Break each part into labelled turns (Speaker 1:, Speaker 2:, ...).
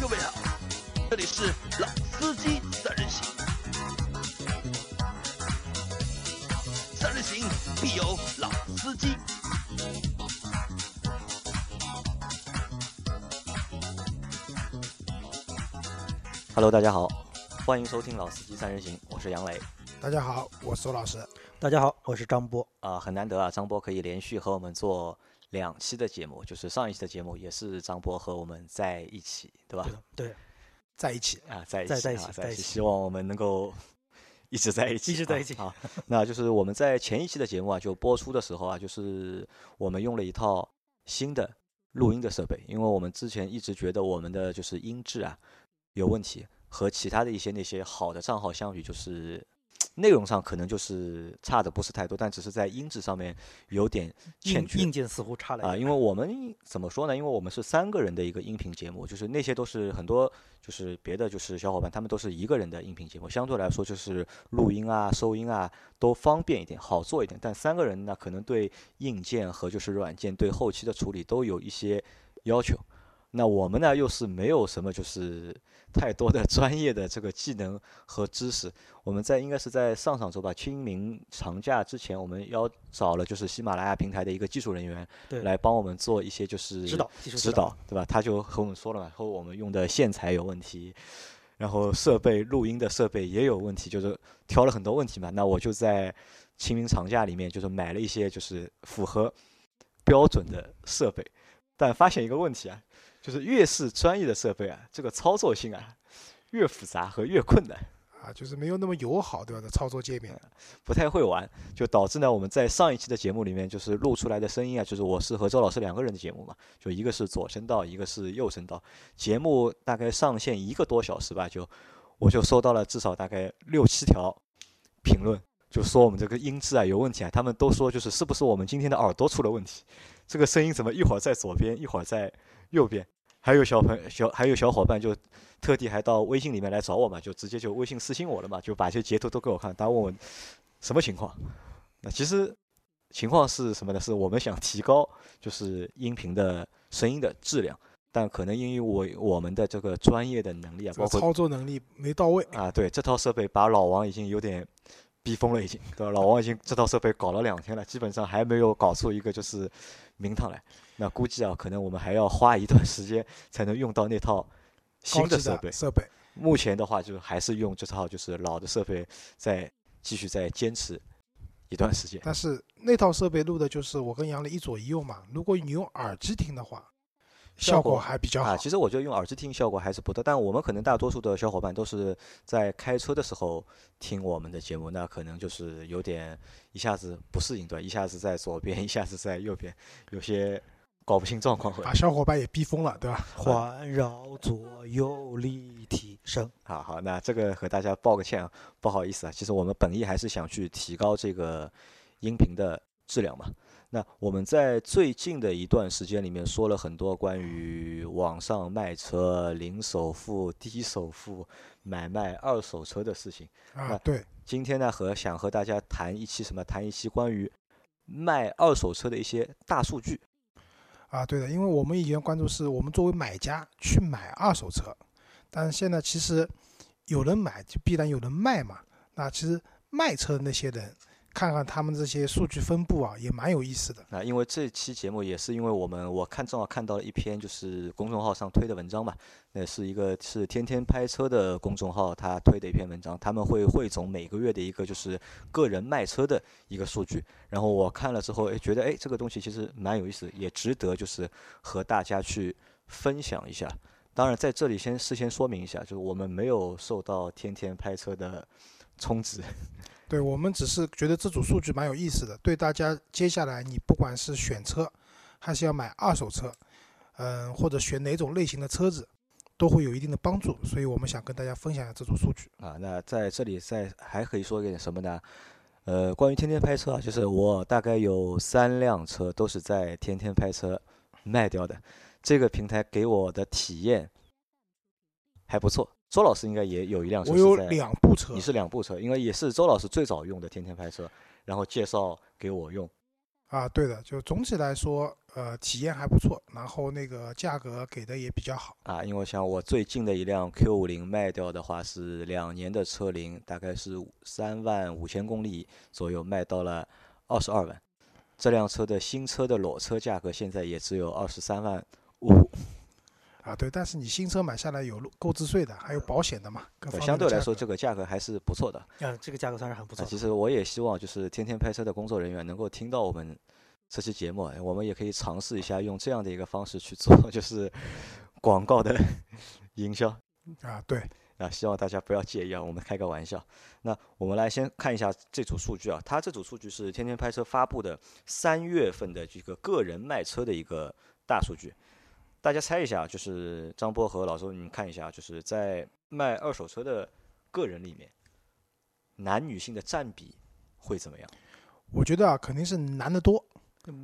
Speaker 1: 各位好，这里是老司机三人行，三人行必有老司机。
Speaker 2: Hello，大家好，欢迎收听《老司机三人行》，我是杨磊。
Speaker 3: 大家好，我是周老师。
Speaker 4: 大家好，我是张波。
Speaker 2: 啊、很难得啊，张波可以连续和我们做两期的节目，就是上一期的节目也是张波和我们在一起，对吧
Speaker 4: 对？的， 对，
Speaker 3: 在一起，
Speaker 2: 啊，在一
Speaker 4: 在
Speaker 2: 起，
Speaker 4: 在一
Speaker 2: 啊
Speaker 4: 起
Speaker 2: 在
Speaker 4: 在
Speaker 2: 一
Speaker 4: 一
Speaker 2: 起，
Speaker 4: 起
Speaker 2: 希望我们能够一直在一起，
Speaker 4: 直在
Speaker 2: 啊
Speaker 4: 一起
Speaker 2: 啊。那就是我们在前一期的节目啊，就播出的时候啊，就是我们用了一套新的录音的设备，因为我们之前一直觉得我们的就是音质啊有问题，和其他的一些那些好的账号相比，就是。内容上可能就是差的不是太多，但只是在音质上面有点欠
Speaker 4: 硬
Speaker 2: 缺。
Speaker 4: 硬件似乎差了一
Speaker 2: 啊，
Speaker 4: 点
Speaker 2: 因为我们怎么说呢？因为我们是三个人的一个音频节目，就是那些都是很多就是别的就是小伙伴，他们都是一个人的音频节目，相对来说就是录音啊、收音啊都方便一点，好做一点。但三个人呢，可能对硬件和就是软件对后期的处理都有一些要求。那我们呢，又是没有什么就是太多的 专业的这个技能和知识。我们在应该是在上上周吧，清明长假之前，我们邀找了就是喜马拉雅平台的一个技术人员，
Speaker 4: 对
Speaker 2: 来帮我们做一些就是
Speaker 4: 指导技术
Speaker 2: 指导，对吧？他就和我们说了嘛，说我们用的线材有问题，然后设备录音的设备也有问题，就是挑了很多问题嘛。那我就在清明长假里面，就是买了一些就是符合标准的设备，但发现一个问题啊，就是越是专业的设备啊，这个操作性啊越复杂和越困难。
Speaker 3: 啊，就是没有那么友好，对吧？的操作界面，
Speaker 2: 不太会玩，就导致呢我们在上一期的节目里面就是录出来的声音啊，就是我是和周老师两个人的节目嘛，就一个是左声道，一个是右声道，节目大概上线一个多小时吧，就我就收到了至少大概六七条评论，就说我们这个音质啊有问题啊，他们都说就是是不是我们今天的耳朵出了问题，这个声音怎么一会儿在左边，一会儿在右边。还有小朋小还有小伙伴就特地还到微信里面来找我嘛，就直接就微信私信我了嘛，就把这些截图都给我看，他问我什么情况？那其实情况是什么呢？是我们想提高就是音频的声音的质量，但可能因为我我们的这个专业的能力啊，
Speaker 3: 这
Speaker 2: 包
Speaker 3: 个
Speaker 2: 括
Speaker 3: 操作能力没到位，
Speaker 2: 啊，对，这套设备把老王已经有点逼疯了，已经，对吧？老王已经这套设备搞了两天了，基本上还没有搞出一个就是名堂来。那估计啊，可能我们还要花一段时间才能用到那套新
Speaker 3: 高
Speaker 2: 的
Speaker 3: 级
Speaker 2: 设备哎
Speaker 3: 的。设备，
Speaker 2: 目前的话，就是还是用这套就是老的设备，再继续再坚持一段时间。
Speaker 3: 但是那套设备录的就是我跟杨磊一左一右嘛。如果你用耳机听的话，
Speaker 2: 效
Speaker 3: 效
Speaker 2: 果
Speaker 3: 果还比较好
Speaker 2: 啊，。其实我觉得用耳机听效果还是不错，但我们可能大多数的小伙伴都是在开车的时候听我们的节目，那可能就是有点一下子不适应，对吧，一下子在左边，一下子在右边，有些搞不清状况会。
Speaker 3: 把小伙伴也逼疯了，对吧？
Speaker 2: 嗯
Speaker 4: 环绕左右立体声。
Speaker 2: 好好，那这个和大家抱个歉啊，不好意思啊，其实我们本意还是想去提高这个音频的质量嘛。那我们在最近的一段时间里面说了很多关于网上卖车、零首付、低首付、买卖二手车的事情。
Speaker 3: 啊
Speaker 2: 那，
Speaker 3: 对，
Speaker 2: 今天呢，和想和大家谈一期什么？谈一期关于卖二手车的一些大数据。
Speaker 3: 啊，对的，因为我们以前关注是我们作为买家去买二手车，但是现在其实有人买就必然有人卖嘛。那其实卖车的那些人，看看他们这些数据分布啊，也蛮有意思的。
Speaker 2: 啊，因为这期节目也是因为我们我看正好看到了一篇就是公众号上推的文章嘛，那是一个是天天拍车的公众号他推的一篇文章，他们会汇总每个月的一个就是个人卖车的一个数据，然后我看了之后，哎，觉得哎这个东西其实蛮有意思，也值得就是和大家去分享一下。当然，在这里先事先说明一下，就是我们没有受到天天拍车的充值，
Speaker 3: 对我们只是觉得这组数据蛮有意思的，对大家接下来你不管是选车，还是要买二手车，嗯、或者选哪种类型的车子，都会有一定的帮助。所以我们想跟大家分享一下这组数据。
Speaker 2: 啊，那在这里再还可以说一点什么呢？呃，关于天天拍车啊，就是我大概有三辆车都是在天天拍车卖掉的，这个平台给我的体验还不错。周老师应该也有一辆车
Speaker 3: 我
Speaker 2: 是
Speaker 3: 有
Speaker 2: 在，
Speaker 3: 两部车
Speaker 2: 你，是两部车，应该也是周老师最早用的天天拍车，然后介绍给我用。
Speaker 3: 啊，对的，就总体来说，呃，体验还不错，然后那个价格给的也比较好。
Speaker 2: 啊，因为我想我最近的一辆 Q 五零卖掉的话是两年的车龄，大概是三万五千公里左右，卖到了二十二万。这辆车的新车的裸车价格现在也只有二十三万
Speaker 3: 哦
Speaker 2: 五，
Speaker 3: 啊，对，但是你新车买下来有购购置税的，还有保险的嘛，各
Speaker 2: 对
Speaker 3: 方面
Speaker 2: 相对
Speaker 3: 的
Speaker 2: 来
Speaker 3: 价
Speaker 2: 说
Speaker 3: 格
Speaker 2: 这个价格还是不错的。
Speaker 4: 嗯，这个价格算是很不错
Speaker 2: 啊，其
Speaker 4: 的。
Speaker 2: 实我也希望就是天天拍车的工作人员能够听到我们这期节目，啊我们也可以尝试一下用这样的一个方式去做， 就是广告的营销
Speaker 3: 啊，对，
Speaker 2: 啊，希望大家不要介意啊，我们开个玩笑。那我们来先看一下这组数据啊，它这组数据是天天拍车发布的三月份的这个个人卖车的一个大数据。大家猜一下，啊就是张波和老周，你们看一下，啊就是在卖二手车的个人里面，男女性的占比会怎么样？
Speaker 3: 我觉得啊，肯定是男的多，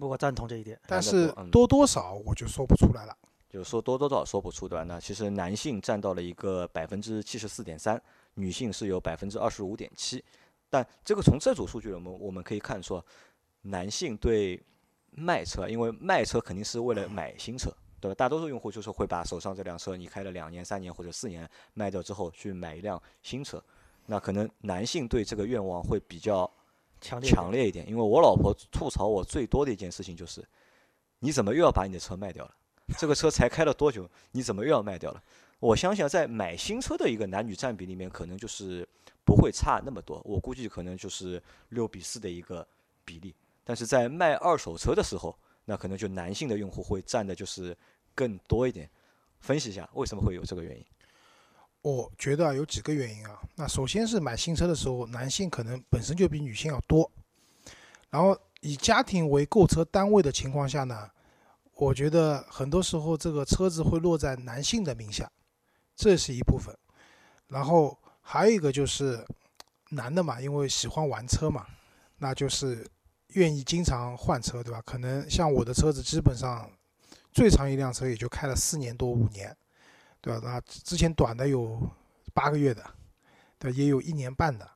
Speaker 4: 我赞同这一点。
Speaker 3: 但
Speaker 2: 男的
Speaker 3: 是
Speaker 2: 多嗯
Speaker 3: 多多少我就说不出来了。
Speaker 2: 就是说多多少少说不出对吧？那其实男性占到了一个百分之七十四点三，女性是有百分之二十五点七。但这个从这组数据我们我们可以看出，男性对卖车，因为卖车肯定是为了买新车，对吧？大多数用户就是会把手上这辆车，你开了两年、三年或者四年，卖掉之后去买一辆新车。那可能男性对这个愿望会比较
Speaker 4: 强烈一点
Speaker 2: 强烈一点，因为我老婆吐槽我最多的一件事情就是，你怎么又要把你的车卖掉了？这个车才开了多久，你怎么又要卖掉了？我相信啊在买新车的一个男女占比里面，可能就是不会差那么多，我估计可能就是六比四的一个比例。但是在卖二手车的时候，那可能就男性的用户会占的就是更多一点。分析一下为什么会有这个原因？
Speaker 3: 我觉得啊，有几个原因啊。那首先是买新车的时候，男性可能本身就比女性要多，然后以家庭为购车单位的情况下呢，我觉得很多时候这个车子会落在男性的名下，这是一部分。然后还有一个就是男的嘛，因为喜欢玩车嘛，那就是愿意经常换车，对吧？可能像我的车子，基本上最长一辆车也就开了四年多五年。对吧？那之前短的有八个月的，对，也有一年半的。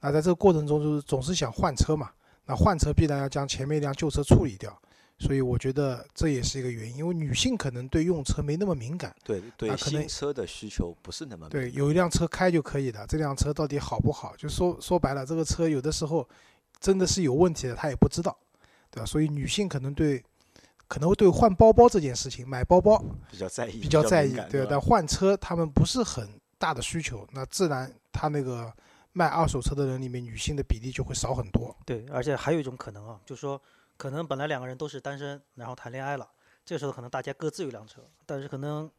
Speaker 3: 那在这个过程中，就是总是想换车嘛，那换车必然要将前面一辆旧车处理掉，所以我觉得这也是一个原因。因为女性可能对用车没那么敏感，
Speaker 2: 对对，
Speaker 3: 那可能
Speaker 2: 新车的需求不是那么
Speaker 3: 对，
Speaker 2: 明
Speaker 3: 有一辆车开就可以了，这辆车到底好不好？就说说白了，这个车有的时候真的是有问题的，她也不知道，对吧？所以女性可能对可能会对换包包这件事情，买包包
Speaker 2: 比较在意，
Speaker 3: 比较在意
Speaker 2: 敏感，
Speaker 3: 对
Speaker 2: 对
Speaker 3: 吧
Speaker 2: 吧？
Speaker 3: 但换车他们不是很大的需求，那自然他那个卖二手车的人里面，女性的比例就会少很多。
Speaker 4: 对，而且还有一种可能啊，就是说，可能本来两个人都是单身，然后谈恋爱了，这时候可能大家各自有一辆车，但是可能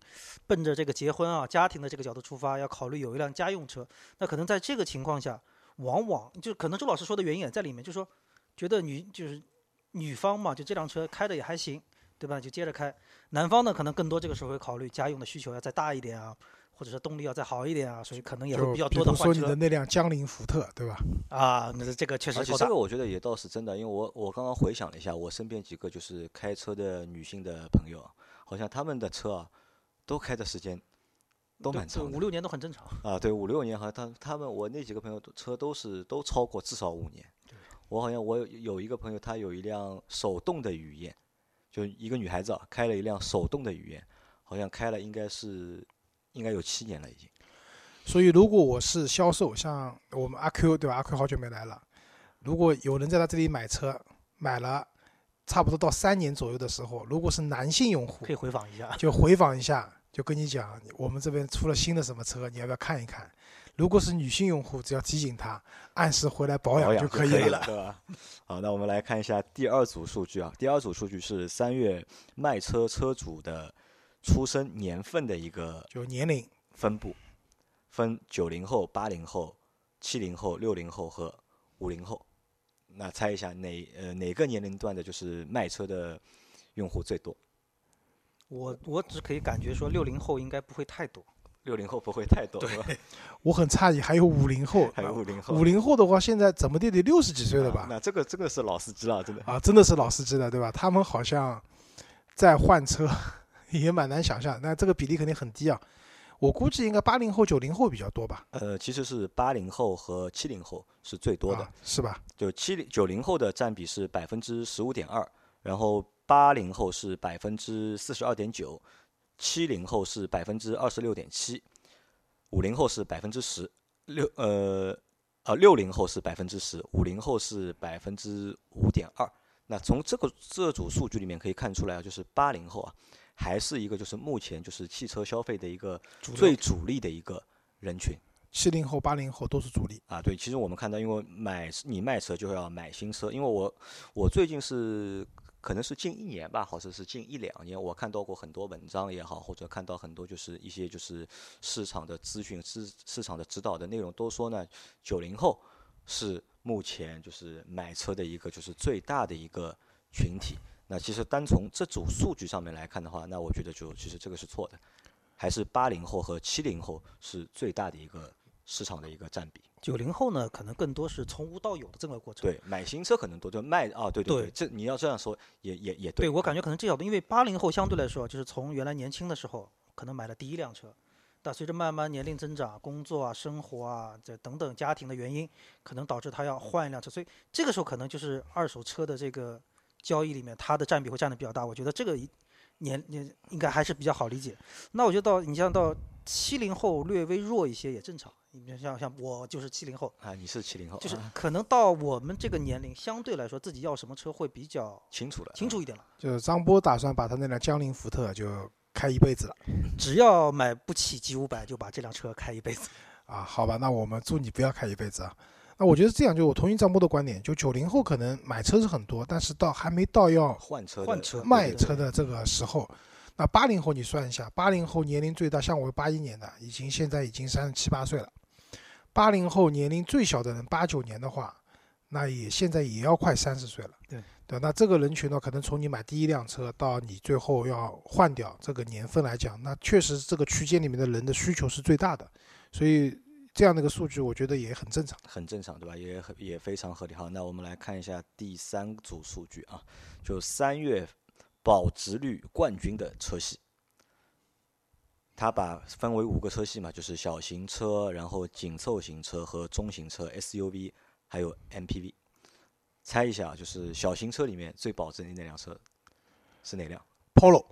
Speaker 4: 奔着这个结婚啊、家庭的这个角度出发，要考虑有一辆家用车。那可能在这个情况下，往往就可能周老师说的原因也在里面，就是说觉得女就是女方嘛，就这辆车开的也还行，对吧？就接着开。男方呢，可能更多这个时候会考虑家用的需求要再大一点啊，或者是动力要再好一点啊，所以可能也会
Speaker 3: 就
Speaker 4: 比较
Speaker 3: 比
Speaker 4: 多的
Speaker 3: 如
Speaker 4: 换
Speaker 3: 说你的
Speaker 4: 车
Speaker 3: 那辆江铃福特，对吧？
Speaker 4: 啊。那这个确实
Speaker 2: 而且
Speaker 4: 够
Speaker 2: 这
Speaker 4: 大
Speaker 2: 个我觉得也倒是真的，因为我我刚刚回想了一下，我身边几个就是开车的女性的朋友啊，好像他们的车啊，都开的时间都
Speaker 4: 对
Speaker 2: 蛮
Speaker 4: 对
Speaker 2: 长的
Speaker 4: 五六年都很正常。
Speaker 2: 啊，对，五六年好像他他们我那几个朋友都车都是都超过至少五年。我好像我有有一个朋友，他有一辆手动的雨燕，就一个女孩子啊，开了一辆手动的雨燕，好像开了应该是应该有七年了已经。
Speaker 3: 所以如果我是销售，像我们阿 Q 对吧？阿 Q 好久没来了，如果有人在他这里买车，买了差不多到三年左右的时候，如果是男性用户
Speaker 4: 可，以回访一下。
Speaker 3: 就回访一下，就跟你讲，我们这边出了新的什么车，你要不要看一看？如果是女性用户，只要提醒她按时回来保
Speaker 2: 保
Speaker 3: 养
Speaker 2: 养
Speaker 3: 可
Speaker 2: 以
Speaker 3: 以了。
Speaker 2: 对吧？ 好，那我们来看一下第二组数据啊。第二组数据是三月卖车车主的出生年份的一个
Speaker 3: 就年龄，
Speaker 2: 分布，分九零后、八零后、七零后、六零后和五零后。那猜一下哪呃哪个年龄段的就是卖车的用户最多？
Speaker 4: 我我只可以感觉说，六零后应该不会太多。
Speaker 2: 六零后不会太多，吧
Speaker 3: 我很诧异，还有五零后，
Speaker 2: 还有五零后，
Speaker 3: 五零后的话，现在怎么地得六十几岁了
Speaker 2: 啊
Speaker 3: 吧？
Speaker 2: 那这个这个是老司机了，真的。
Speaker 3: 啊，真的是老司机了，对吧？他们 好像在换车，也蛮难想象。那这个比例肯定很低啊。我估计应该八零后、九零后比较多吧，
Speaker 2: 呃，其实是八零后和七零后是最多的，
Speaker 3: 啊、是吧？
Speaker 2: 就七零九零后的占比是百分之十五点二，然后八零后是百分之四十二点九，七零后是百分之二十六点七，五零后是百分之十，六呃呃六零后是百分之十，五零后是百分之五点二。那从这个这组数据里面可以看出来啊，就是八零后啊，还是一个就是目前就是汽车消费的一个
Speaker 3: 主
Speaker 2: 最主力的一个人群。
Speaker 3: 七零后、八零后都是主力，
Speaker 2: 啊，对，其实我们看到，因为买你卖车就要买新车，因为我我最近是可能是近一年吧，或者是近一两年，我看到过很多文章也好，或者看到很多就是一些就是市场的资讯、市市场的指导的内容，都说呢，九零后是目前就是买车的一个就是最大的一个群体。那其实单从这组数据上面来看的话，那我觉得就其实这个是错的，还是八零后和七零后是最大的一个市场的一个占比。
Speaker 4: 九零后呢，可能更多是从无到有的这么个过程。
Speaker 2: 对，买新车可能多，就卖啊，对对
Speaker 4: 对
Speaker 2: 这你要这样说也也也
Speaker 4: 对，我感
Speaker 2: 觉
Speaker 4: 觉可能这小的，因为八零后相对来说，就是从原来年轻的时候可能买了第一辆车，但随着慢慢年龄增长、工作啊、生活啊这等等家庭的原因，可能导致他要换一辆车，所以这个时候可能就是二手车的这个交易里面，它的占比会占的比较大。我觉得这个一年年应该还是比较好理解。那我觉得到你像到七零后略微弱一些也正常，你像像我就是七零后，
Speaker 2: 啊，你是七零后，
Speaker 4: 就是
Speaker 2: 啊
Speaker 4: 可能到我们这个年龄，相对来说自己要什么车会比较
Speaker 2: 清楚了，
Speaker 4: 清楚一点了。
Speaker 3: 就是张波打算把他那辆江铃福特就开一辈子了
Speaker 4: 只要买不起 G 五百，就把这辆车开一辈子。
Speaker 3: 啊。好吧，那我们祝你不要开一辈子啊。那我觉得是这样，就我同意张波的观点，就九零后可能买车是很多，但是到还没到要
Speaker 2: 啊换车的
Speaker 4: 换车
Speaker 3: 卖
Speaker 2: 对
Speaker 3: 车的这个时候。那八零后你算一下，八零后年龄最大，像我八一年的，已经现在已经三十七八岁了。八零后年龄最小的人，八九年的话，那也现在也要快三十岁了。
Speaker 4: 对
Speaker 3: 对，那这个人群呢，可能从你买第一辆车到你最后要换掉这个年份来讲，那确实这个区间里面的人的需求是最大的，所以这样的一个数据，我觉得也很正常。
Speaker 2: 很正常，对吧？也很也非常合理。好，那我们来看一下第三组数据啊，就三月保值率冠军的车系，它把分为五个车系嘛，就是小型车，然后紧凑型车和中型车 SUV，还有 MPV。猜一下啊，就是小型车里面最保值的那辆车是哪辆？
Speaker 3: Polo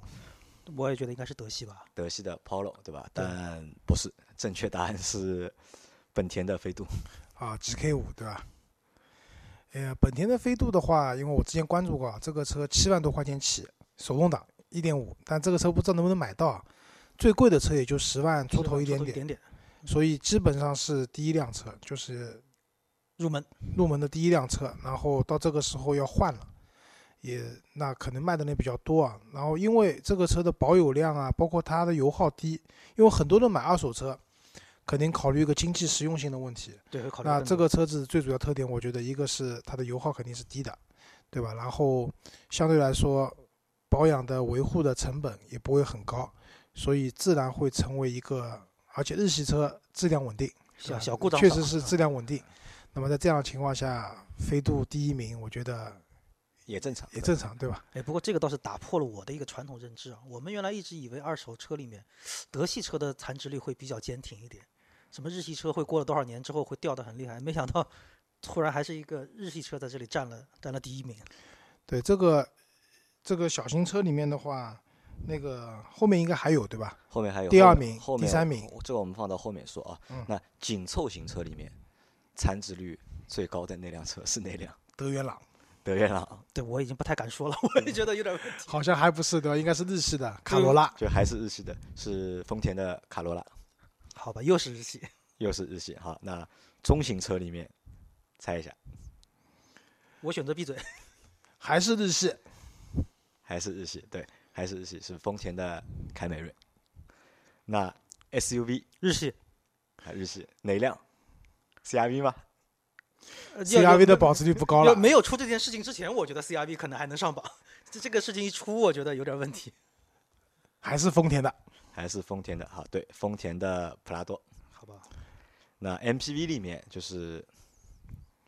Speaker 4: 我也觉得应该是德系吧。
Speaker 2: 德系的 Polo 对吧？
Speaker 4: 对
Speaker 2: 但不是，正确答案是本田的飞度。
Speaker 3: 啊，GK 五对吧？呃，本田的飞度的话，因为我之前关注过啊，这个车七万多块钱起，手动挡一点五，但这个车不知道能不能买到啊，最贵的车也就十万出头一点
Speaker 4: 出头一
Speaker 3: 点，
Speaker 4: 点点
Speaker 3: 所以基本上是第一辆车，就是
Speaker 4: 入门。
Speaker 3: 入门的第一辆车，然后到这个时候要换了，也那可能卖的人比较多啊。然后因为这个车的保有量啊，包括它的油耗低，因为很多人买二手车，肯定考虑一个经济实用性的问题。
Speaker 4: 对，会考虑
Speaker 3: 那
Speaker 4: 更
Speaker 3: 这
Speaker 4: 多
Speaker 3: 个车子最主要特点，我觉得一个是它的油耗肯定是低的，对吧？然后相对来说，保养的维护的成本也不会很高，所以自然会成为一个，而且日系车质量稳定，对
Speaker 4: 小
Speaker 3: 吧
Speaker 4: 小故障
Speaker 3: 呃确
Speaker 4: 少
Speaker 3: 实是
Speaker 4: 嗯
Speaker 3: 质量稳定。那么在这样的情况下，飞度第一名，我觉得
Speaker 2: 也正常，
Speaker 3: 也
Speaker 2: 对
Speaker 3: 正常，对吧？
Speaker 4: 哎，不过这个倒是打破了我的一个传统认知啊。我们原来一直以为二手车里面德系车的残值率会比较坚挺一点，什么日系车会过了多少年之后会掉得很厉害，没想到突然还是一个日系车在这里占了占了第一名。
Speaker 3: 对这个这个小型车里面的话，那个后面应该还有，对吧？
Speaker 2: 后面还有
Speaker 3: 第
Speaker 2: 后
Speaker 3: 二
Speaker 2: 面
Speaker 3: 名
Speaker 2: 后
Speaker 3: 第
Speaker 2: 面
Speaker 3: 三
Speaker 2: 我
Speaker 3: 名，
Speaker 2: 这个我们放到后面说啊。
Speaker 3: 嗯
Speaker 2: 那紧凑型车里面，残值率最高的那辆车是哪辆？
Speaker 3: 德元朗
Speaker 2: 德源朗，
Speaker 4: 对我已经不太敢说了， 我也觉得有点问题。
Speaker 3: 好像还不是，对吧？应该是日系的卡罗拉。
Speaker 2: 就还是日系的，是丰田的卡罗拉，
Speaker 4: 好吧，又是日系，
Speaker 2: 又是日系哈。那中型车里面，猜一下，
Speaker 4: 我选择闭嘴。
Speaker 3: 还是日系，
Speaker 2: 还是日系，对，还是日系，是丰田的凯美瑞。那 SUV
Speaker 4: 日系
Speaker 2: 啊，日系哪辆？CRV 吗？
Speaker 4: 呃要有
Speaker 3: CRV 的保值率不高
Speaker 4: 要
Speaker 3: 了，
Speaker 4: 没有出这件事情之前，我觉得 CRV 可能还能上榜。 这这个事情一出，我觉得有点问 题。
Speaker 3: 还是丰田的，
Speaker 2: 还是丰田的哈？对，丰田的普拉多。
Speaker 4: 好吧，
Speaker 2: 那 MPV 里面就是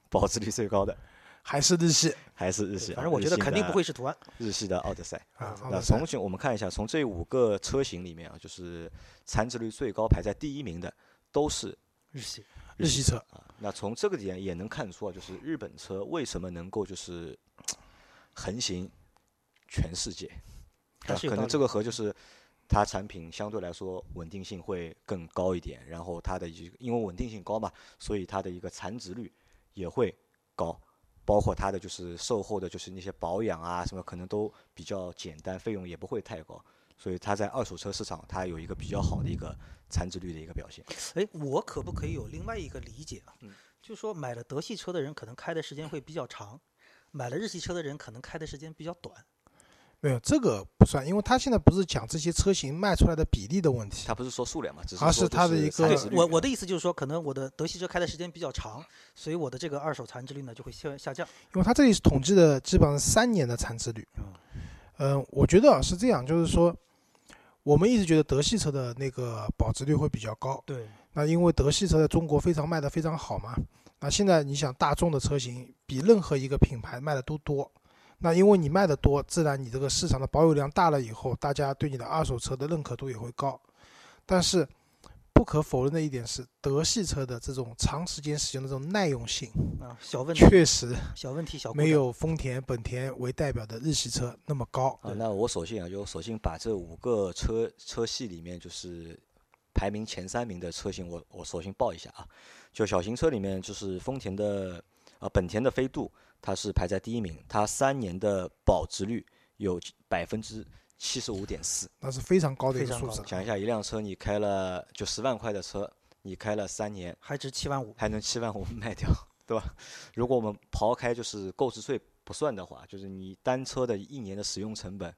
Speaker 2: 保值率最高的，
Speaker 3: 还是日系，
Speaker 2: 还是日系啊。
Speaker 4: 反正我
Speaker 2: 日
Speaker 4: 觉得
Speaker 2: 系
Speaker 4: 肯定
Speaker 2: 的
Speaker 4: 不会是途安
Speaker 2: 日系的奥德赛。
Speaker 3: 啊，奥
Speaker 2: 那
Speaker 3: 德赛
Speaker 2: 从我们看一下，从这五个车型里面啊，就是残值率最高排在第一名的都是
Speaker 4: 日系，
Speaker 3: 日系车，
Speaker 2: 啊。那从这个点也能看出啊，就是日本车为什么能够就是横行全世界。
Speaker 4: 还是有
Speaker 2: 可
Speaker 4: 道
Speaker 2: 能
Speaker 4: 理。
Speaker 2: 这个和就是它产品相对来说稳定性会更高一点，然后它的一个因为稳定性高嘛，所以它的一个残值率也会高，包括它的就是售后的就是那些保养啊什么可能都比较简单，费用也不会太高。所以它在二手车市场，它有一个比较好的一个残值率的一个表现。
Speaker 4: 哎，我可不可以有另外一个理解啊？
Speaker 2: 嗯
Speaker 4: 就说买了德系车的人可能开的时间会比较长，买了日系车的人可能开的时间比较短。
Speaker 3: 没有这个不算，因为它现在不是讲这些车型卖出来的比例的问题，
Speaker 2: 它不是说数量嘛，只是
Speaker 3: 而
Speaker 2: 说
Speaker 3: 是
Speaker 2: 就
Speaker 3: 它的一
Speaker 2: 残
Speaker 3: 个
Speaker 2: 值率
Speaker 4: 哎我我的意思就是说，可能我的德系车开的时间比较长，所以我的这个二手残值率呢就会下下降。
Speaker 3: 因为它这里是统计的基本上是三年的残值率。嗯、我觉得啊是这样，就是说我们一直觉得德系车的那个保值率会比较高，
Speaker 4: 对，
Speaker 3: 那因为德系车在中国非常卖的非常好嘛，那现在你想大众的车型比任何一个品牌卖的都多，那因为你卖的多，自然你这个市场的保有量大了以后，大家对你的二手车的认可度也会高。但是不可否认的一点是，德系车的这种长时间使用的这种耐用性，
Speaker 4: 啊，小问题，
Speaker 3: 确实
Speaker 4: 小问题，小故
Speaker 3: 没
Speaker 4: 障
Speaker 3: 有丰田、本田为代表的日系车那么高。
Speaker 2: 啊，那我索性啊，就索性把这五个车车系里面，就是排名前三名的车型我，我索性报一下啊。就小型车里面，就是丰田的啊，本田的飞度，它是排在第一名，它三年的保值率有百分之七十五点四。
Speaker 3: 那是非常高的一
Speaker 4: 非
Speaker 3: 个
Speaker 4: 常
Speaker 3: 数
Speaker 4: 高
Speaker 3: 字。
Speaker 2: 想一下，一辆车你开了就十万块的车，你开了三年，
Speaker 4: 还值七万五。
Speaker 2: 还能七万五卖掉，对吧？如果我们刨开就是购置税不算的话，就是你单车的一年的使用成本。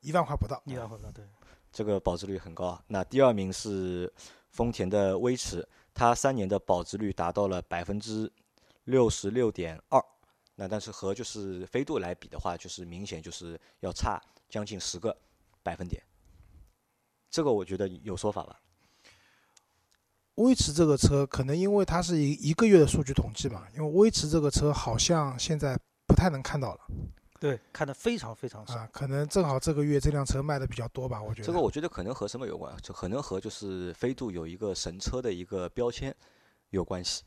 Speaker 3: 一万块不到，
Speaker 4: 一万回到
Speaker 3: 啊
Speaker 4: 对，
Speaker 2: 这个保值率很高啊。那第二名是丰田的威驰，它三年的保值率达到了百分之六十六点二。那但是和就是飞度来比的话，就是明显就是要差将近十个百分点。这个我觉得有说法吧？
Speaker 3: 威驰这个车，可能因为它是一一个月的数据统计嘛，因为威驰这个车好像现在不太能看到了
Speaker 4: 对，看的非常非常少。
Speaker 3: 啊，可能正好这个月这辆车卖的比较多吧，我觉得。
Speaker 2: 这个我觉得可能和什么有关啊？就可能和就是飞度有一个神车的一个标签有关系，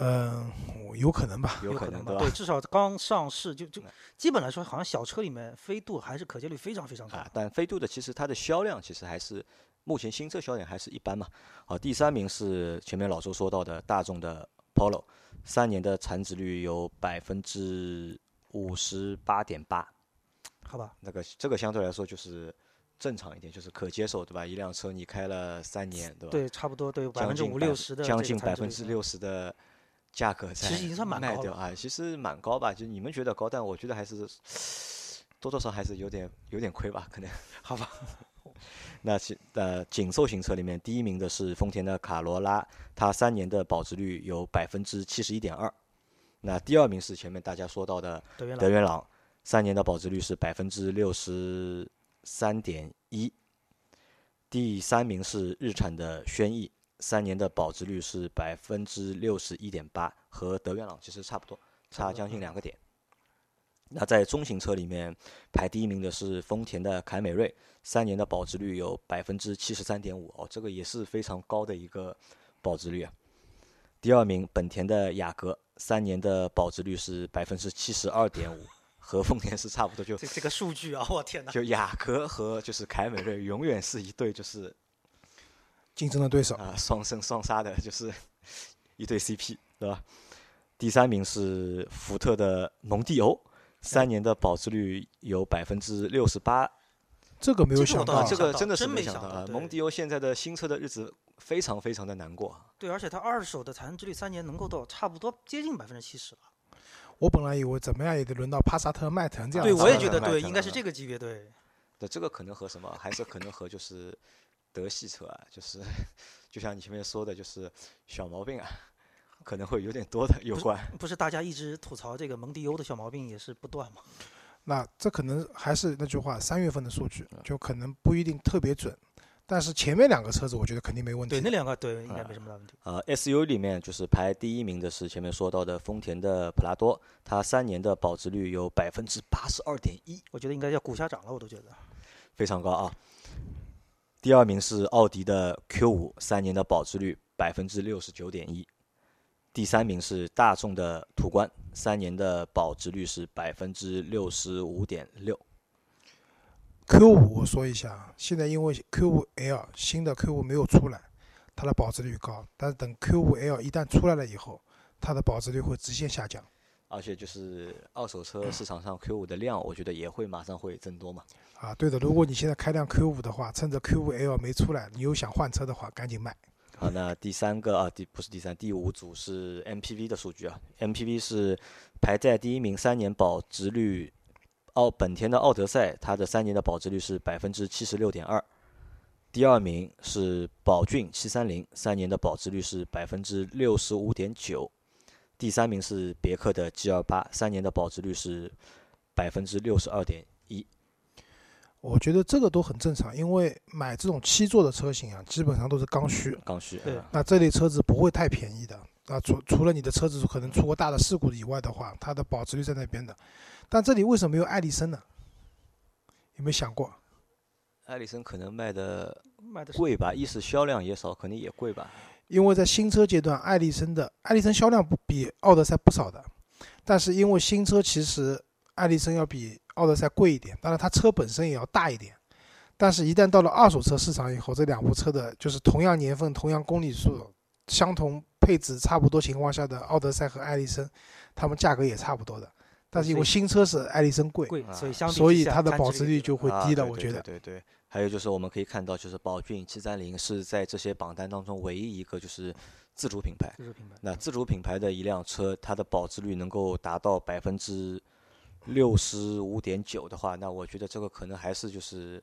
Speaker 3: 嗯、我有可能吧。
Speaker 2: 有可
Speaker 4: 能
Speaker 2: 对
Speaker 4: 吧？
Speaker 2: 吧？嗯
Speaker 4: 对，至少刚上市就就基本来说，好像小车里面飞度还是可见率非常非常高
Speaker 2: 啊，。但飞度的其实它的销量其实还是目前新车销量还是一般嘛。好，第三名是前面老周说到的大众的 Polo，三年的残值率有百分之五十八点八，
Speaker 4: 好吧，
Speaker 2: 那个这个相对来说就是正常一点，就是可接受，对吧？一辆车你开了三年，对吧？
Speaker 4: 对，差不多对百分之
Speaker 2: 将近
Speaker 4: 五
Speaker 2: 百
Speaker 4: 六
Speaker 2: 分
Speaker 4: 十的
Speaker 2: 将
Speaker 4: 这
Speaker 2: 近
Speaker 4: 个
Speaker 2: 百
Speaker 4: 残值
Speaker 2: 分
Speaker 4: 率
Speaker 2: 之。六十的价格在，
Speaker 4: 其实已经算蛮
Speaker 2: 卖
Speaker 4: 高
Speaker 2: 掉啊，其实蛮高吧，就你们觉得高，但我觉得还是多多少还是有点有点亏吧，可能好吧。 那其呃紧凑型车里面第一名的是丰田的卡罗拉，它三年的保值率有百分之七十一点二。那第二名是前面大家说到的
Speaker 4: 德元
Speaker 2: 德
Speaker 4: 朗
Speaker 2: 元朗，三年的保值率是百分之六十三点一。第三名是日产的轩逸，三年的保值率是百分之六十一点八，和德元朗其实差不多，
Speaker 4: 差不
Speaker 2: 差
Speaker 4: 多
Speaker 2: 将近两个点。那在中型车里面排第一名的是丰田的凯美瑞，三年的保值率有百分之七十三点五哦，这个也是非常高的一个保值率啊。第二名本田的雅阁，三年的保值率是百分之七十二点五， 和丰田是差不多，就
Speaker 4: 这这个数据啊，我天哪！
Speaker 2: 就雅阁和就是凯美瑞永远是一对就是
Speaker 3: 竞争的对手，
Speaker 2: 啊、双生双杀的，就是 一对 CP，对吧？第三名是福特的蒙迪欧，
Speaker 4: 嗯
Speaker 2: 三年的保值率有百分之六十八，
Speaker 3: 这个没有
Speaker 4: 这个
Speaker 3: 想
Speaker 4: 我
Speaker 3: 到
Speaker 4: 倒
Speaker 3: 啊，
Speaker 2: 啊，
Speaker 4: 是
Speaker 2: 这
Speaker 4: 想
Speaker 2: 个
Speaker 4: 到
Speaker 2: 真的是
Speaker 4: 真没
Speaker 2: 没想
Speaker 4: 想
Speaker 2: 到
Speaker 4: 到
Speaker 2: 啊！
Speaker 4: 对
Speaker 2: 蒙迪欧现在的新车的日子非常非常的难过啊，
Speaker 4: 对，而且它二手的残值率三年能够到差不多接近百分之七十了。
Speaker 3: 我本来以为怎么样也得轮到帕萨特、迈腾这样
Speaker 4: 对，
Speaker 3: 的
Speaker 2: 差
Speaker 3: 车
Speaker 4: 我也
Speaker 2: 不
Speaker 4: 觉
Speaker 2: 多
Speaker 4: 得
Speaker 2: 卖
Speaker 4: 对，
Speaker 2: 成
Speaker 4: 应该
Speaker 2: 了
Speaker 4: 是这个级别对。
Speaker 2: 对，这个可能和什么，还是可能和就是德系车啊，就是就像你前面说的，就是小毛病啊，可能会有点多的有关。
Speaker 4: 不是大家一直吐槽这个蒙迪欧的小毛病也是 不断嘛？嗯
Speaker 3: 那这可能还是那句话，三月份的数据就可能不一定特别准。但是前面两个车子我觉得肯定没问题
Speaker 4: 对，
Speaker 3: 的。
Speaker 4: 那两个对应该没什么大问题。
Speaker 2: 呃，SUV 里面就是排第一名的是前面说到的丰田的普拉多，它三年的保值率有百分之八十二点一，
Speaker 4: 我觉得应该要股价涨了，我都觉得。
Speaker 2: 非常高啊。第二名是奥迪的 Q 五，三年的保值率百分之六十九点一。第三名是大众的途观，三年的保值率是百分之六十五点六。
Speaker 3: Q 五我说一下啊，现在因为 Q 五 L 新的 Q 五没有出来，它的保值率高，但是等 Q 五 L 一旦出来了以后，它的保值率会直线下降。
Speaker 2: 而且就是二手车市场上 Q 五的量，我觉得也会马上会增多嘛。
Speaker 3: 啊，对的，如果你现在开辆 Q 五的话，趁着 Q 五 L 没出来，你又想换车的话，赶紧卖。
Speaker 2: 好，那第三个啊，第不是第三，第五组是 MPV 的数据啊。MPV 是排在第一名，三年保值率，奥本田的奥德赛，它的三年的保值率是百分之七十六点二。第二名是宝骏七三零，三年的保值率是百分之六十五点九。第三名是别克的 G 二八，三年的保值率是百分之六十二点一。
Speaker 3: 我觉得这个都很正常，因为买这种七座的车型啊，基本上都是刚需，
Speaker 2: 刚需，
Speaker 4: 对
Speaker 2: 啊
Speaker 3: 那这类车子不会太便宜的。啊，除除了你的车子可能出过大的事故以外的话，它的保值率在那边的。但这里为什么没有艾力绅呢？有没有想过？
Speaker 2: 艾力绅可能卖的
Speaker 4: 卖的是
Speaker 2: 贵吧，一是销量也少，肯定也贵吧。
Speaker 3: 因为在新车阶段，艾力绅的艾力绅销量不比奥德赛不少的，但是因为新车其实艾力绅要比奥德赛贵一点，当然它车本身也要大一点，但是一旦到了二手车市场以后，这两部车的就是同样年份、同样公里数、相同配置、差不多情况下的奥德赛和艾力绅，它们价格也差不多的，但是因为新车是艾力绅贵，
Speaker 4: 贵，所以相比
Speaker 3: 所
Speaker 4: 之
Speaker 3: 以
Speaker 4: 下
Speaker 3: 它的
Speaker 4: 残
Speaker 3: 保
Speaker 4: 值
Speaker 3: 值
Speaker 4: 也
Speaker 3: 率
Speaker 4: 低了
Speaker 3: 就会
Speaker 2: 啊
Speaker 3: 低的，
Speaker 2: 对
Speaker 3: 我
Speaker 2: 对
Speaker 3: 觉得。
Speaker 2: 对对对。还有就是我们可以看到，就是宝骏七三零是在这些榜单当中唯一一个就是自主品牌。
Speaker 4: 这是品牌。
Speaker 2: 那自主品牌的一辆车，它的保值率能够达到百分之六十五点九的话，那我觉得这个可能还是就是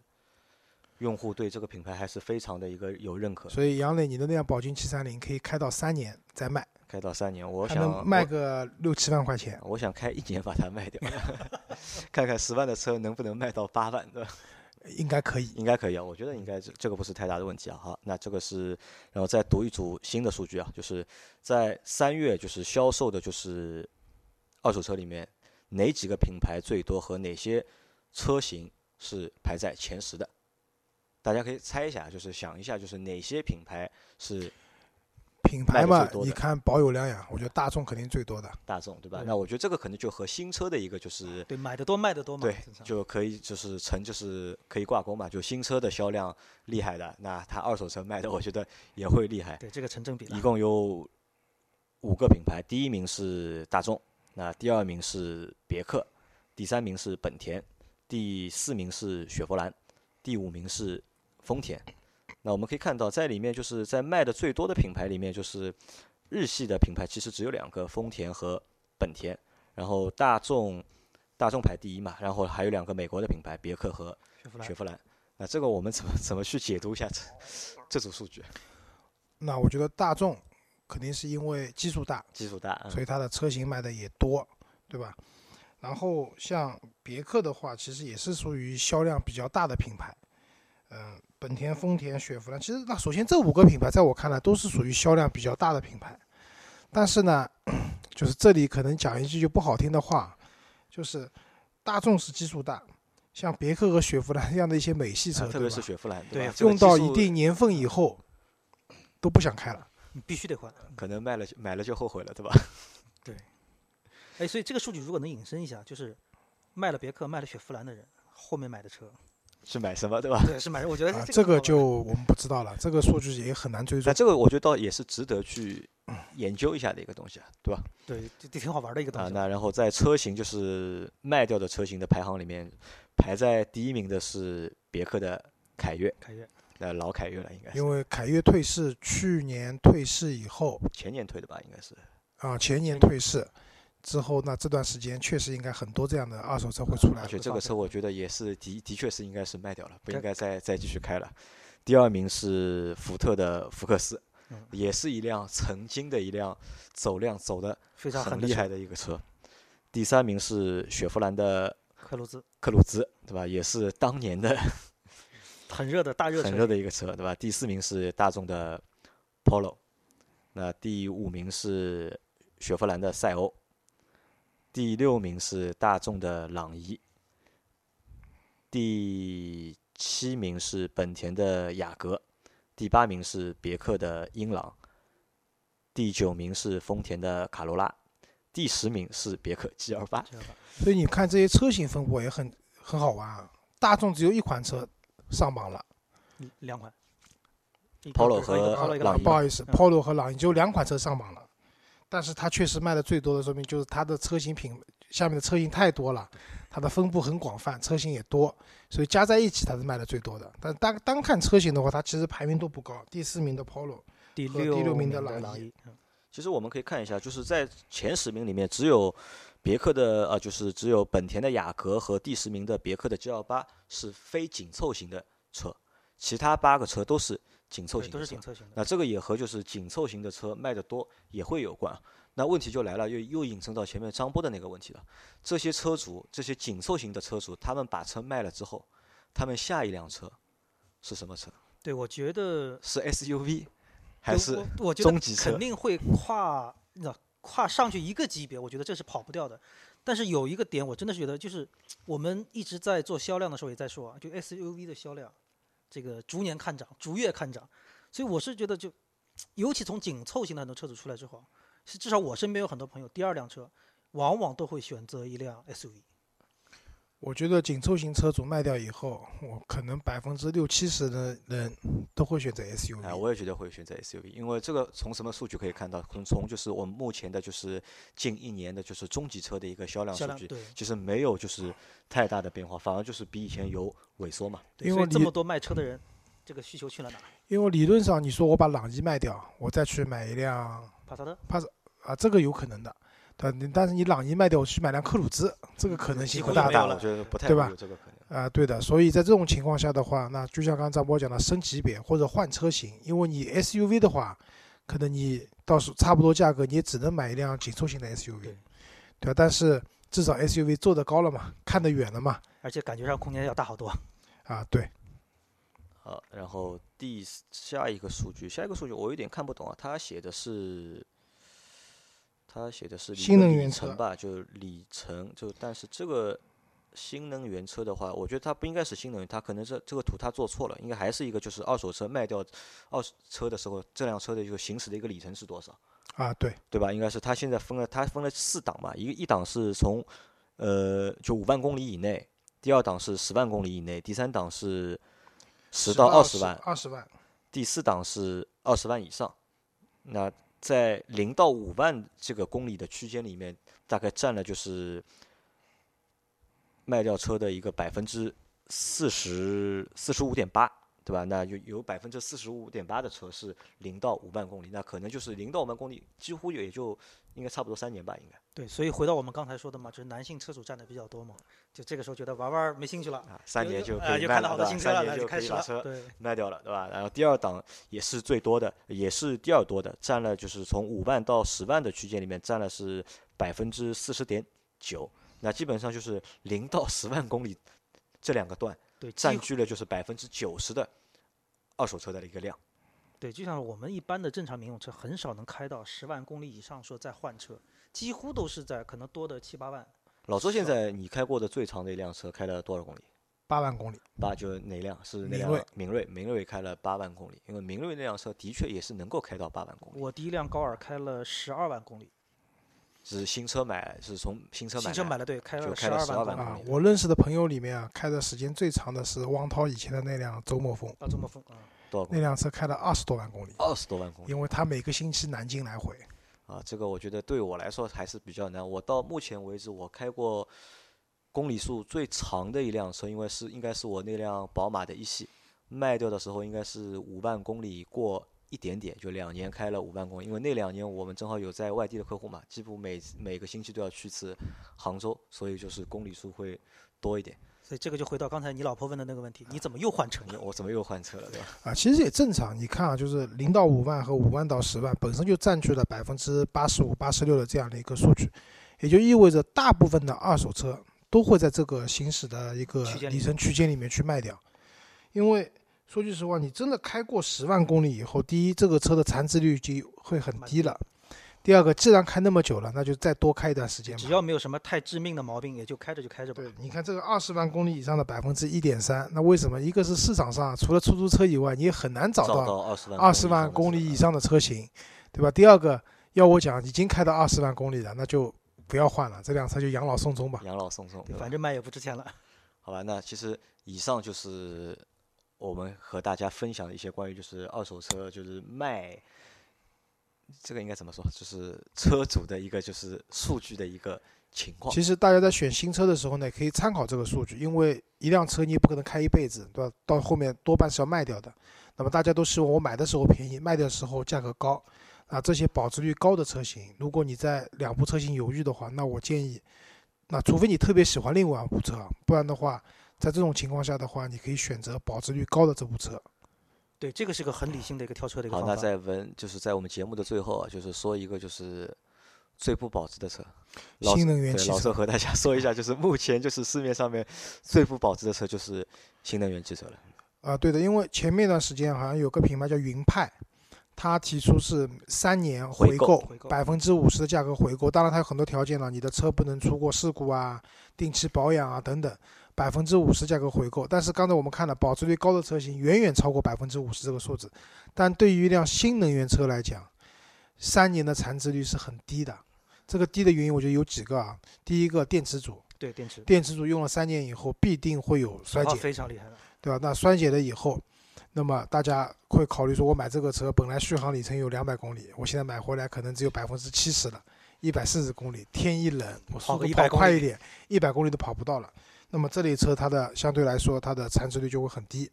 Speaker 2: 用户对这个品牌还是非常的一个有认可。
Speaker 3: 所以杨磊，你的那辆宝骏七三零可以开到三年再卖，
Speaker 2: 开到三年，我
Speaker 3: 还
Speaker 2: 想
Speaker 3: 能
Speaker 2: 我
Speaker 3: 卖个六七万块钱。
Speaker 2: 我想开一年把它卖掉， 看看十万的车能不能卖到八万的。
Speaker 3: 应该可以。
Speaker 2: 应该可以啊，我觉得应该这这个不是太大的问题啊。好，那这个是，然后再读一组新的数据啊，就是在三月就是销售的就是二手车里面哪几个品牌最多和哪些车型是排在前十的，大家可以猜一下，啊就是想一下，就是哪些品牌是
Speaker 3: 品牌
Speaker 2: 卖
Speaker 3: 嘛
Speaker 2: 得最多，的
Speaker 3: 你看保有量呀，我觉得大众肯定最多的。
Speaker 2: 大众，对吧？
Speaker 4: 对
Speaker 2: 那我觉得这个可能就和新车的一个就是
Speaker 4: 对，买的多卖的多嘛。
Speaker 2: 对
Speaker 4: 正，常
Speaker 2: 就可以就是成就是可以挂钩嘛，就新车的销量厉害的，那它二手车卖的我觉得也会厉害。
Speaker 4: 对这个成正比了
Speaker 2: 一。共有五个品牌，第一名是大众，那第二名是别克，第三名是本田，第四名是雪佛兰，第五名是丰田。那我们可以看到，在里面就是在卖的最多的品牌里面，就是日系的品牌其实只有两个，丰田和本田。然后大众，大众排第一嘛，然后还有两个美国的品牌，别克和
Speaker 4: 雪佛兰
Speaker 2: 雪佛兰。那这个我们怎么怎么去解读一下这这组数据？
Speaker 3: 那我觉得大众肯定是因为基数大，
Speaker 2: 基数大，嗯、
Speaker 3: 所以它的车型卖的也多，对吧？然后像别克的话，其实也是属于销量比较大的品牌，嗯、本田、丰田、雪佛兰，其实那首先这五个品牌在我看来都是属于销量比较大的品牌，但是呢， 就是这里可能讲一句就不好听的话，就是大众是基数大，像别克和雪佛兰这样的一些美系车，
Speaker 2: 啊特
Speaker 3: 对
Speaker 2: 别
Speaker 3: 吧
Speaker 2: 是雪佛兰，
Speaker 4: 对
Speaker 2: 吧
Speaker 4: 啊？
Speaker 2: 这个
Speaker 3: 用到
Speaker 2: 技
Speaker 3: 一
Speaker 2: 术
Speaker 3: 定年份以后都不想开了。
Speaker 4: 你必须得换。
Speaker 2: 可能卖了就买了就后悔了，对吧？
Speaker 4: 哎，所以这个数据如果能引申一下，就是卖了别克、卖了雪佛兰的人，后面买的车，
Speaker 2: 是买什么，对吧？
Speaker 4: 对，是买。我
Speaker 2: 哎
Speaker 4: 觉
Speaker 3: 啊
Speaker 4: 得，
Speaker 3: 这
Speaker 4: 个
Speaker 3: 个
Speaker 4: 挺
Speaker 3: 就
Speaker 4: 好玩
Speaker 3: 我们不知道了，这个数据也很难追
Speaker 2: 那
Speaker 3: 踪。
Speaker 2: 这个我觉得倒也是值得去研究一下的一个东西啊，对吧？
Speaker 4: 对，就就挺好嗯玩的一个东
Speaker 2: 啊，
Speaker 4: 西。
Speaker 2: 那然后在车型就是卖掉的车型的排行里面，排在第一名的是别克的凯越，
Speaker 4: 凯越，
Speaker 2: 呃，老凯越了，应该是
Speaker 3: 因为凯越退市，去年退市以后
Speaker 2: 前年推的吧，应该是。
Speaker 3: 啊，前年退市之后，那这段时间确实应该很多这样的二手车会出来
Speaker 2: 而且
Speaker 3: 的。
Speaker 2: 这
Speaker 4: 发
Speaker 2: 个
Speaker 4: 现
Speaker 2: 车我觉得也是的，的确是应该是卖掉了，不应
Speaker 4: 该
Speaker 2: 该再再继续开了。第二名是福特的福克斯
Speaker 4: 嗯，
Speaker 2: 也是一辆曾经的一辆走量走的
Speaker 4: 非常狠
Speaker 2: 很
Speaker 4: 的
Speaker 2: 厉
Speaker 4: 车
Speaker 2: 害的一个车。第三名是雪佛兰的
Speaker 4: 克鲁兹，
Speaker 2: 克鲁兹，对吧？也是当年的
Speaker 4: 很热的大热车，
Speaker 2: 很热的一个车，对吧？第四名是大众的 Polo，那第五名是雪佛兰的赛欧，第六名是大众的朗逸，第七名是本田的雅阁，第八名是别克的英朗，第九名是丰田的卡罗拉，第十名是别克 G 2 8
Speaker 4: 知道吧？
Speaker 3: 所以你看这些车型分布也很很好玩啊。大众只有一款车上榜了，
Speaker 4: 嗯两款一个
Speaker 2: Polo
Speaker 4: 不是一个
Speaker 2: 和
Speaker 4: Polo 一个
Speaker 2: 朗
Speaker 4: 朗
Speaker 2: 逸
Speaker 4: 逸
Speaker 3: 不好意思
Speaker 4: 嗯
Speaker 3: ，Polo 和朗逸只有两款车上榜了，但是它确实卖的最多的，说明就是它的车型品下面的车型太多了，它的分布很广泛，车型也多，所以加在一起它是卖的最多的。但单单看车型的话，它其实排名都不高，第四名的 Polo
Speaker 4: 第
Speaker 3: 和第六
Speaker 4: 六
Speaker 3: 名的
Speaker 4: 的
Speaker 3: 朗
Speaker 4: 朗
Speaker 3: 逸
Speaker 4: 逸，嗯
Speaker 2: 其实我们可以看一下，就是在前十名里面，只有别克的呃，就是只有本田的雅阁和第十名的别克的 G 2 8是非紧凑型的车，其他八个车都是紧凑
Speaker 4: 对，
Speaker 2: 型
Speaker 4: 都
Speaker 2: 的
Speaker 4: 是
Speaker 2: 车
Speaker 4: 紧。凑型的。
Speaker 2: 那这个也和就是紧凑型的车卖得多也会有关啊。那问题就来了，又又引申到前面张波的那个问题了。这些车主，这些紧凑型的车主，他们把车卖了之后，他们下一辆车是什么车？
Speaker 4: 对，我觉得
Speaker 2: 是 SUV 还
Speaker 4: 对
Speaker 2: 是
Speaker 4: 我我觉
Speaker 2: 中
Speaker 4: 得
Speaker 2: 级车
Speaker 4: 肯定会跨那跨上去一个级别，我觉得这是跑不掉的。但是有一个点，我真的是觉得，就是我们一直在做销量的时候也在说啊，就 SUV 的销量，这个逐年看涨，逐月看涨。所以我是觉得就，尤其从紧凑型的很多车主出来之后，是至少我身边有很多朋友，第二辆车往往都会选择一辆 SUV。
Speaker 3: 我觉得紧凑型车主卖掉以后，我可能百分之六七十的人都会选择 SUV。
Speaker 2: 哎，我也觉得会选择 SUV，因为这个从什么数据可以看到？从从就是我们目前的就是近一年的就是中级车的一个销量
Speaker 4: 销
Speaker 2: 数
Speaker 4: 量
Speaker 2: 据，
Speaker 4: 对
Speaker 2: 其实没有就是太大的变化，反而就是比以前有萎缩嘛。
Speaker 4: 对
Speaker 3: 因
Speaker 4: 所
Speaker 3: 为
Speaker 4: 以这
Speaker 3: 你
Speaker 4: 么多卖车的人，这个需求去了哪？
Speaker 3: 因为理论上你说我把朗逸卖掉，我再去买一辆
Speaker 4: 帕萨特
Speaker 3: 啊，这个有可能的，对吧，你但是你朗逸卖掉，我去买辆科鲁兹，这个可能
Speaker 4: 几
Speaker 3: 性
Speaker 4: 乎
Speaker 3: 不
Speaker 2: 不
Speaker 4: 就
Speaker 3: 大的
Speaker 4: 没有
Speaker 2: 大，
Speaker 4: 了
Speaker 2: 我觉得不太
Speaker 3: 对
Speaker 2: 会
Speaker 3: 吧
Speaker 2: 有这个可能。
Speaker 3: 啊、对的。所以在这种情况下的话，那就像刚才张波讲的，升级别或者换车型，因为你 SUV 的话，可能你到时候差不多价格，你也只能买一辆紧凑型的 SUV，
Speaker 4: 对
Speaker 3: 对啊吧？但是至少 SUV 坐得高了嘛，看得远了嘛，
Speaker 4: 而且感觉上空间要大好多。
Speaker 3: 啊，对，
Speaker 2: 好，然后第四下一个数据，下一个数据我有点看不懂啊，它写的是，它写的是里
Speaker 3: 新
Speaker 2: 个
Speaker 3: 能
Speaker 2: 里
Speaker 3: 源
Speaker 2: 程
Speaker 3: 车
Speaker 2: 吧，就是里程，就但是这个新能源车的话，我觉得它不应该是新能源，它可能这这个图它做错了，应该还是一个就是二手车卖掉二手车的时候，这辆车的一个行驶的一个里程是多少，
Speaker 3: 啊，对，
Speaker 2: 对吧？应该是它现在分了，它分了四档嘛，一个一档是从呃就五万公里以内，第二档是十万公里以内，第三档是十到二十万。
Speaker 3: 二十万，
Speaker 2: 第四档是二十万以上，那在零到五万这个公里的区间里面，大概占了就是卖掉车的一个百分之四十四十五点八，对吧？那有有百分之四十五点八的车是零到五万公里，那可能就是零到五万公里，几乎也就应该差不多三年吧，应该
Speaker 4: 对，所以回到我们刚才说的嘛，就是男性车主占的比较多嘛，就这个时候觉得玩玩儿没兴趣了，
Speaker 2: 啊，三
Speaker 4: 有
Speaker 2: 年
Speaker 4: 有
Speaker 2: 就可
Speaker 4: 哎
Speaker 2: 以
Speaker 4: 就
Speaker 2: 卖
Speaker 4: 看
Speaker 2: 了，
Speaker 4: 到好
Speaker 2: 对
Speaker 4: 多
Speaker 2: 吧？
Speaker 4: 新车了，
Speaker 2: 三年
Speaker 4: 那
Speaker 2: 就可
Speaker 4: 开
Speaker 2: 以
Speaker 4: 始
Speaker 2: 把
Speaker 4: 了，
Speaker 2: 车
Speaker 4: 对，
Speaker 2: 卖掉了，对吧？然后第二档也是最多的，也是第二多的，占了就是从五万到十万的区间里面占了是百分之四十点九，那基本上就是零到十万公里这两个段
Speaker 4: 对，几
Speaker 2: 占
Speaker 4: 乎
Speaker 2: 据了就是百分之九十的二手车的一个量。
Speaker 4: 对，就像我们一般的正常民用车，很少能开到十万公里以上说再换车，几乎都是在可能多的七八万。
Speaker 2: 老周，现
Speaker 4: 是啊
Speaker 2: 在你开过的最长的一辆车开了多少公里？
Speaker 3: 八万公里，
Speaker 2: 八就是哪辆？是那
Speaker 3: 明
Speaker 2: 辆
Speaker 3: 锐
Speaker 2: 明锐，明锐开了八万公里，因为明锐那辆车的确也是能够开到八万公里，
Speaker 4: 我第一辆高尔开了十二万公里，
Speaker 2: 是新车买，是从新车买
Speaker 4: 新
Speaker 2: 来
Speaker 4: 车
Speaker 2: 的
Speaker 4: 买了对，开
Speaker 2: 就
Speaker 4: 了
Speaker 2: 开
Speaker 4: 十
Speaker 2: 了
Speaker 4: 二
Speaker 2: 12万
Speaker 4: 公里。
Speaker 2: 公
Speaker 3: 啊
Speaker 2: 里，
Speaker 3: 我认识的朋友里面啊，开的时间最长的是汪涛以前的那辆周末风，
Speaker 4: 啊，这么疯啊！
Speaker 2: 多少公
Speaker 3: 那
Speaker 2: 里？
Speaker 3: 辆车开了二十多万公里，
Speaker 2: 二十多万公里。
Speaker 3: 因为他每个星期南京来回。
Speaker 2: 啊，这个我觉得对我来说还是比较难。我到目前为止，我开过公里数最长的一辆车，因为是应该是我那辆宝马的一系，卖掉的时候应该是五万公里过一点点，就两年开了五万公里。因为那两年我们正好有在外地的客户嘛，几乎每次每个星期都要去一次杭州，所以就是公里数会多一点。
Speaker 4: 所以这个就回到刚才你老婆问的那个问题，你怎么又换车
Speaker 2: 你
Speaker 4: 了？
Speaker 2: 我怎么又换车了，对吧？
Speaker 3: 啊，其实也正常。你看啊，就是零到五万和五万到十万，本身就占据了百分之八十五、八十六的这样的一个数据，也就意味着大部分的二手车都会在这个行驶的一个
Speaker 4: 区间里
Speaker 3: 里程区间里面去卖掉，因为说句实话，你真的开过十万公里以后，第一，这个车的残值率就会很低了；第二个，既然开那么久了，那就再多开一段时间吧
Speaker 4: 只。要没有什么太致命的毛病，也就开着就开着吧
Speaker 3: 对。，你看这个二十万公里以上的百分之一点三，那为什么？一个是市场上啊除了出租车以外，你也很难找
Speaker 2: 造
Speaker 3: 到
Speaker 2: 到二十万
Speaker 3: 二十万公
Speaker 2: 啊
Speaker 3: 里以上的车型，对吧？第二个，要我讲，已经开到二十万公里了，那就不要换了，这辆车就养老送终吧。
Speaker 2: 养老送终，对吧
Speaker 4: 反正卖也不值钱了。
Speaker 2: 好吧，那其实以上就是我们和大家分享的一些关于就是二手车就是卖，这个应该怎么说？就是车主的一个就是数据的一个情况。
Speaker 3: 其实大家在选新车的时候呢，可以参考这个数据，因为一辆车你也不可能开一辈子，对吧？到后面多半是要卖掉的。那么大家都希望我买的时候便宜，卖掉的时候价格高。啊，这些保值率高的车型，如果你在两部车型犹豫的话，那我建议，那除非你特别喜欢另外一部车，啊不然的话，在这种情况下的话，你可以选择保值率高的这部车。
Speaker 4: 对，这个是个很理性的一个挑车的一个
Speaker 2: 好，
Speaker 4: 方
Speaker 2: 那
Speaker 4: 法。
Speaker 2: 在文就是在我们节目的最后啊，就是说一个就是最不保值的车，老
Speaker 3: 新能源
Speaker 2: 对
Speaker 3: 汽
Speaker 2: 老
Speaker 3: 车
Speaker 2: 周和大家说一下，就是目前就是市面上面最不保值的车就是新能源汽车了。
Speaker 3: 啊，对的，因为前面一段时间好像有个品牌叫云派，它提出是三年
Speaker 2: 回
Speaker 3: 回
Speaker 2: 购
Speaker 3: 购
Speaker 4: 回购
Speaker 3: 百分之五十的价格回购，当然它有很多条件了，你的车不能出过事故啊、定期保养啊等等，百分之五十价格回购。但是刚才我们看了，保值率高的车型远远超过百分之五十这个数字，但对于一辆新能源车来讲，三年的残值率是很低的。这个低的原因，我觉得有几个啊。第一个，电池组，
Speaker 4: 对电池
Speaker 3: 电池组用了三年以后，必定会有
Speaker 2: 哦
Speaker 3: 衰
Speaker 4: 损耗
Speaker 3: 减。
Speaker 4: 非常厉害的，
Speaker 3: 对吧？那衰减了以后，那么大家会考虑说，我买这个车本来续航里程有两百公里，我现在买回来可能只有百分之七十了，一百四十公里，天一冷，我速
Speaker 4: 跑
Speaker 3: 度
Speaker 4: 个
Speaker 3: 跑
Speaker 4: 100公
Speaker 3: 快
Speaker 4: 里
Speaker 3: 一点，一百公里都跑不到了。那么这类车它的相对来说它的残值率就会很低。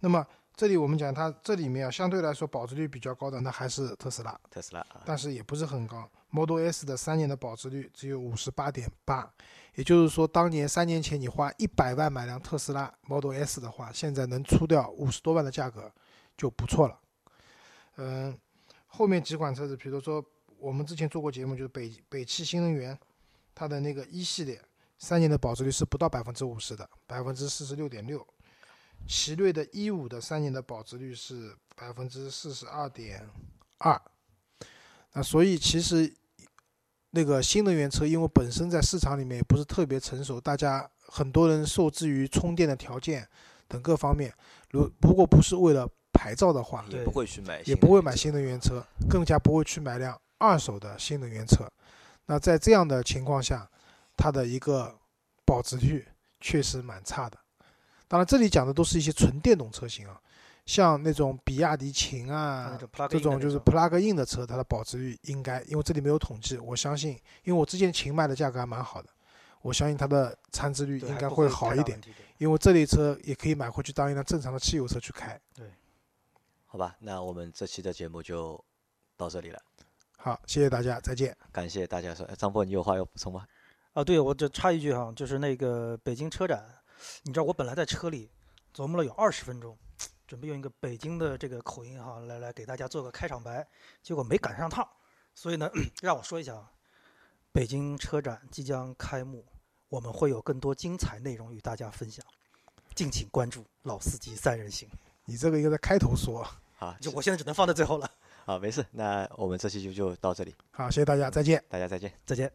Speaker 3: 那么这里我们讲它这里面啊，相对来说保值率比较高的那还是特斯拉，
Speaker 2: 特斯拉啊，
Speaker 3: 但是也不是很高。Model S 的三年的保值率只有五十八点八，也就是说，当年三年前你花一百万买辆特斯拉 Model S 的话，现在能出掉五十多万的价格就不错了。嗯，后面几款车子，比如说我们之前做过节目，就是北北汽新能源，它的那个一系列三年的保值率是不到百分之五十的，百分之四十六点六。奇瑞的一五的三年的保值率是百分之四十二点二。那所以其实那个新能源车，因为本身在市场里面也不是特别成熟，大家很多人受制于充电的条件等各方面。如如果不是为了牌照的话，
Speaker 2: 也
Speaker 4: 对
Speaker 2: 不会去买，
Speaker 3: 也不会买新。能源车，更加不会去买辆二手的新能源车。那在这样的情况下，它的一个保值率确实蛮差的。当然，这里讲的都是一些纯电动车型啊，像那种比亚迪秦
Speaker 4: 它那
Speaker 3: 啊，
Speaker 4: 种 plug
Speaker 3: 这种就是 plug in 的车，它的保值率应该，因为这里没有统计，我相信，因为我之前秦卖的价格还蛮好的，我相信它的残值率应该
Speaker 4: 会
Speaker 3: 好
Speaker 4: 太
Speaker 3: 一
Speaker 4: 大
Speaker 3: 点
Speaker 4: 问，题的。
Speaker 3: 因为这类车也可以买回去当一辆正常的汽油车去开。
Speaker 2: 好吧，那我们这期的节目就到这里了，
Speaker 3: 好，谢谢大家，再见。
Speaker 2: 感谢大家收。哎张波，你有话要补充吗？
Speaker 4: 啊，对，我就插一句哈，就是那个北京车展，你知道我本来在车里琢磨了有二十分钟，准备用一个北京的这个口音哈来来给大家做个开场白，结果没赶上趟，所以呢， 让我说一下啊，北京车展即将开幕，我们会有更多精彩内容与大家分享，敬请关注《老司机三人行
Speaker 3: 你这个应该在开头说。
Speaker 2: 好》，，
Speaker 4: 就我现在只能放在最后了，
Speaker 2: 好，没事，那我们这期就就到这里，
Speaker 3: 好，谢谢大家，再见。
Speaker 2: 大家再见。
Speaker 4: 再见。